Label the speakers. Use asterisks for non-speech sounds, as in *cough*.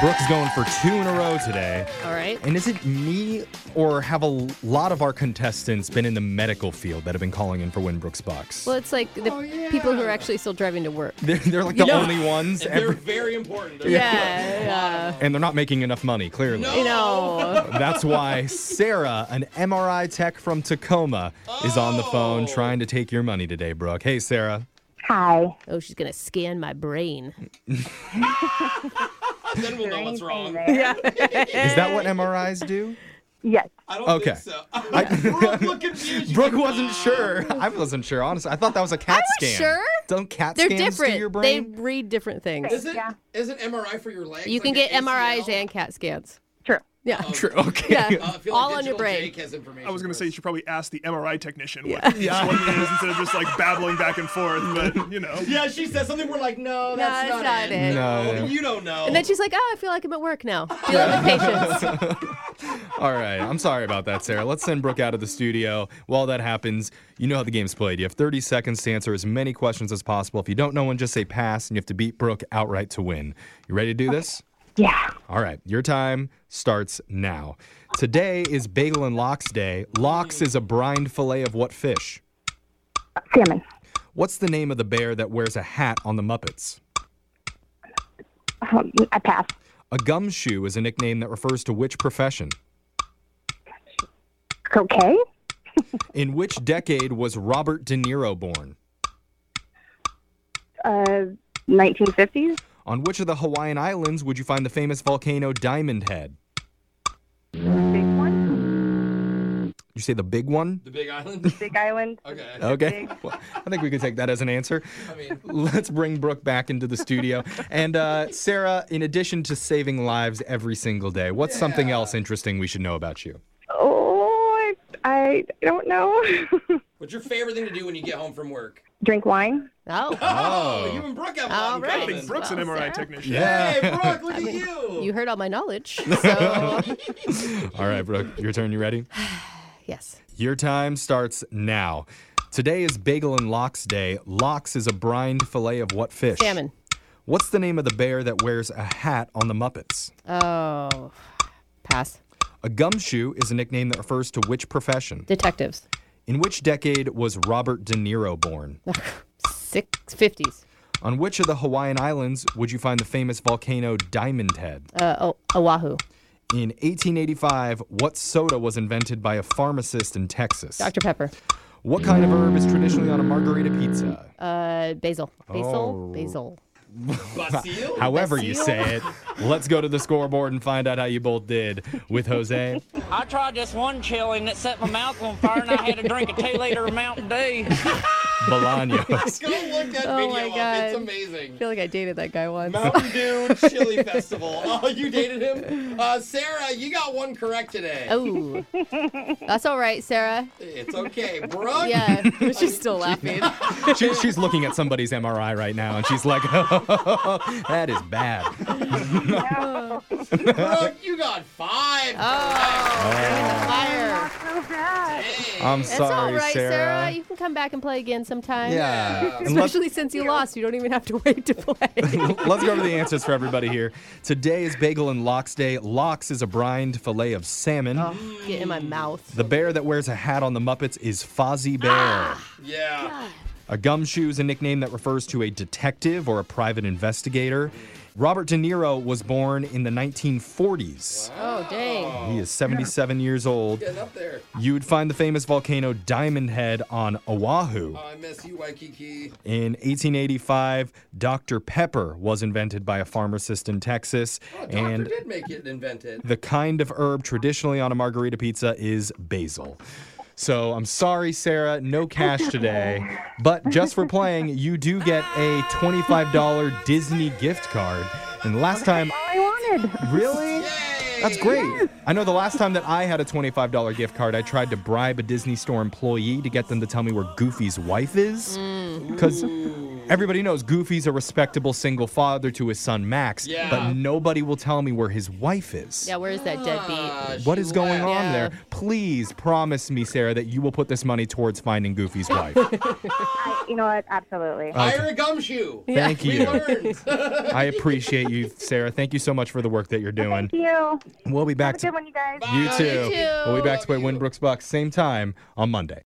Speaker 1: Brooke's going for two in a row today.
Speaker 2: All right.
Speaker 1: And is it me or have a lot of our contestants been in the medical field that have been calling in for Winbrook's Bucks?
Speaker 2: Well, it's like the people who are actually still driving to work.
Speaker 1: they're, they're like the
Speaker 2: know-
Speaker 1: only
Speaker 2: *laughs*
Speaker 1: ones,
Speaker 3: They're
Speaker 1: every-
Speaker 3: very important. They're
Speaker 2: Yeah.
Speaker 1: and they're not making enough money, clearly.
Speaker 2: yeah. You know.
Speaker 1: That's why Sarah, an MRI tech from Tacoma, is on the
Speaker 2: Oh.
Speaker 1: phone trying to take your money today, Brooke. Hey, Sarah.
Speaker 4: Hi.
Speaker 2: Oh, she's gonna scan my brain.
Speaker 3: *laughs* Then we'll know what's wrong.
Speaker 4: Yeah.
Speaker 1: Is that
Speaker 2: Eh.
Speaker 1: what
Speaker 2: *laughs*
Speaker 1: MRIs do?
Speaker 4: Yes.
Speaker 3: I don't
Speaker 1: Okay.
Speaker 3: think so. Brooke looked confused. She's
Speaker 1: Brooke
Speaker 3: like,
Speaker 1: wasn't sure. I wasn't sure, honestly. I thought that was a cat
Speaker 2: was
Speaker 1: scan.
Speaker 2: sure.
Speaker 1: Don't cat
Speaker 2: They're
Speaker 1: scans do your
Speaker 2: different. They
Speaker 1: brain?
Speaker 2: read different things.
Speaker 3: Is it,
Speaker 4: Yeah.
Speaker 3: is it MRI for your legs?
Speaker 2: You can get
Speaker 3: like an
Speaker 2: MRIs
Speaker 3: ACL?
Speaker 2: and CAT
Speaker 1: *laughs*
Speaker 2: scans.
Speaker 4: True.
Speaker 2: Yeah.
Speaker 1: True. Okay.
Speaker 2: Yeah.
Speaker 3: Uh, I feel
Speaker 2: All
Speaker 3: like
Speaker 2: on your
Speaker 3: Digital
Speaker 2: brain.
Speaker 3: Jake has information
Speaker 5: I was going to
Speaker 3: for
Speaker 5: say you
Speaker 3: us.
Speaker 5: should probably ask the MRI technician what each one is instead of just like babbling back and forth. But you know,
Speaker 3: Yeah, she said something. We're like, no, that's
Speaker 2: it's
Speaker 3: not,
Speaker 2: not
Speaker 3: it.
Speaker 2: it.
Speaker 1: No, no.
Speaker 3: You don't know.
Speaker 2: And then she's like, "Oh, I feel like I'm at work now. Dealing with
Speaker 3: *laughs*
Speaker 2: patients."
Speaker 1: All right. I'm sorry about that, Sarah. Let's send Brooke out of the studio. While that happens, you know how the game's played. You have 30 seconds to answer as many questions as possible. If you don't know one, just say pass, and you have to beat Brooke outright to win. You ready to do this?
Speaker 4: Yeah.
Speaker 1: All right, your time starts now. Today is Bagel and Lox Day. Lox is a brined fillet of what fish?
Speaker 4: Salmon.
Speaker 1: What's the name of the bear that wears a hat on the Muppets?
Speaker 4: Um, I pass.
Speaker 1: A gumshoe is a nickname that refers to which profession?
Speaker 4: Croquet.
Speaker 1: In which decade was Robert De Niro born?
Speaker 4: Uh, 1950s.
Speaker 1: On which of the Hawaiian Islands would you find the famous volcano Diamond Head?
Speaker 4: Big one.
Speaker 1: You say the big one?
Speaker 3: the
Speaker 2: *laughs*
Speaker 3: Big Island.
Speaker 4: Big Island.
Speaker 3: Okay.
Speaker 1: Okay. *laughs* Well, I think we could take that as an answer.
Speaker 3: I mean,
Speaker 1: Let's bring Brooke back into the studio. And uh, Sarah, in addition to saving lives every single day, what's something else interesting we should know about you?
Speaker 4: Oh, I, I don't know. *laughs*
Speaker 3: what's your favorite thing to do when you get home from work?
Speaker 4: Drink wine.
Speaker 2: Oh,
Speaker 1: Uh,
Speaker 3: Oh, you and Brooke have a lot
Speaker 2: All
Speaker 3: in
Speaker 2: right.
Speaker 5: I
Speaker 3: common.
Speaker 5: think Brooke's an
Speaker 2: Well,
Speaker 5: MRI
Speaker 2: Sarah.
Speaker 5: technician.
Speaker 3: Hey,
Speaker 2: *laughs*
Speaker 3: Brooke, look at you.
Speaker 2: you heard all my
Speaker 3: *laughs*
Speaker 2: knowledge. So,
Speaker 1: All right, Brooke, your turn. You ready?
Speaker 2: yes.
Speaker 1: Your time starts now. Today is Bagel and Lox Day. Lox is a brined fillet of what fish?
Speaker 2: Salmon.
Speaker 1: What's the name of the bear that wears a hat on the Muppets?
Speaker 2: Oh, pass.
Speaker 1: A gumshoe is a nickname that refers to which profession?
Speaker 2: Detectives.
Speaker 1: In which decade was Robert De Niro born?
Speaker 2: Six fifties.
Speaker 1: On which of the Hawaiian Islands would you find the famous volcano Diamond Head?
Speaker 2: Uh, oh, Oahu.
Speaker 1: In 1885, what soda was invented by a pharmacist in Texas?
Speaker 2: Dr. Pepper.
Speaker 1: What kind of herb is traditionally on a margarita pizza?
Speaker 2: Uh, basil. Basil.
Speaker 1: Oh.
Speaker 2: Basil.
Speaker 3: Basile?
Speaker 1: However you say it, let's go to the scoreboard and find out how you both did with Jose.
Speaker 6: I tried this one chili and it set my mouth on fire, and I had to drink a two liter of Mountain Dew.
Speaker 1: Bolaños.
Speaker 3: Go look that
Speaker 2: Oh
Speaker 3: video
Speaker 2: my
Speaker 3: up.
Speaker 2: God.
Speaker 3: It's amazing.
Speaker 2: I feel like I dated that guy once.
Speaker 1: *laughs*
Speaker 3: Mountain Dew Chili Festival. Oh, you dated him? Uh, Sarah, you got one correct today.
Speaker 2: *laughs* Oh, that's all right, Sarah.
Speaker 3: It's okay. Brooke?
Speaker 2: Yeah, *laughs* she's still laughing.
Speaker 1: She, she's looking at somebody's MRI right now and she's like, *laughs* that is bad.
Speaker 3: Brooke, you got five.
Speaker 2: Oh, you're in
Speaker 1: Uh,
Speaker 2: the fire.
Speaker 4: So bad.
Speaker 1: I'm
Speaker 2: That's all
Speaker 1: sorry,
Speaker 2: right, Sarah.
Speaker 1: Sarah.
Speaker 2: You can come back and play again sometime.
Speaker 1: Yeah. And let's- *laughs*
Speaker 2: Especially since you lost, you don't even have to *laughs* wait to play.
Speaker 1: Let's go to the answers for everybody here. Today is Bagel and Lox Day. Lox is a brined fillet of salmon.
Speaker 2: Get in my mouth.
Speaker 1: The bear that wears a hat on the Muppets is Fozzie Bear.
Speaker 3: Ah! Yeah.
Speaker 1: A gumshoe is a nickname that refers to a detective or a private investigator. Robert De Niro was born in the 1940s.
Speaker 2: Oh, dang.
Speaker 1: He is 77 years old.
Speaker 3: Getting up there.
Speaker 1: You'd find the famous volcano Diamond Head on Oahu.
Speaker 3: Oh, I miss you, Waikiki.
Speaker 1: In 1885, Dr. Pepper was invented by a pharmacist in Texas.
Speaker 3: Oh, doctor
Speaker 1: and
Speaker 3: did make it invented.
Speaker 1: the kind of herb traditionally on a margarita pizza is basil. So I'm sorry, Sarah, no cash today. But just for playing, you do get a $25 Disney gift card. And last
Speaker 3: *laughs*
Speaker 1: time,
Speaker 4: All I wanted.
Speaker 1: really?
Speaker 3: Yay!
Speaker 1: That's great. I know the last time that I had a $25 gift card, I tried to bribe a Disney store employee to get them to tell me where Goofy's wife is. Because Everybody knows Goofy's a respectable single father to his son Max,
Speaker 3: Yeah.
Speaker 1: but nobody will tell me where his wife is.
Speaker 2: Yeah, where is that deadbeat?
Speaker 1: What is going on
Speaker 2: Yeah.
Speaker 1: there? Please promise me, Sarah, that you will put this money towards finding Goofy's wife.
Speaker 4: I, you know what? Absolutely.
Speaker 1: Uh,
Speaker 3: Hire a gumshoe.
Speaker 1: Thank
Speaker 3: We
Speaker 1: you.
Speaker 3: learned.
Speaker 1: I appreciate you, Sarah. Thank you so much for the work that you're doing.
Speaker 4: Thank you.
Speaker 1: We'll be
Speaker 4: Have
Speaker 1: back
Speaker 4: a
Speaker 1: to
Speaker 4: good one, you guys.
Speaker 1: you
Speaker 3: Bye.
Speaker 1: too.
Speaker 2: You too.
Speaker 1: We'll be back to play
Speaker 3: Love you.
Speaker 1: Winbrooks Bucks same time on Monday.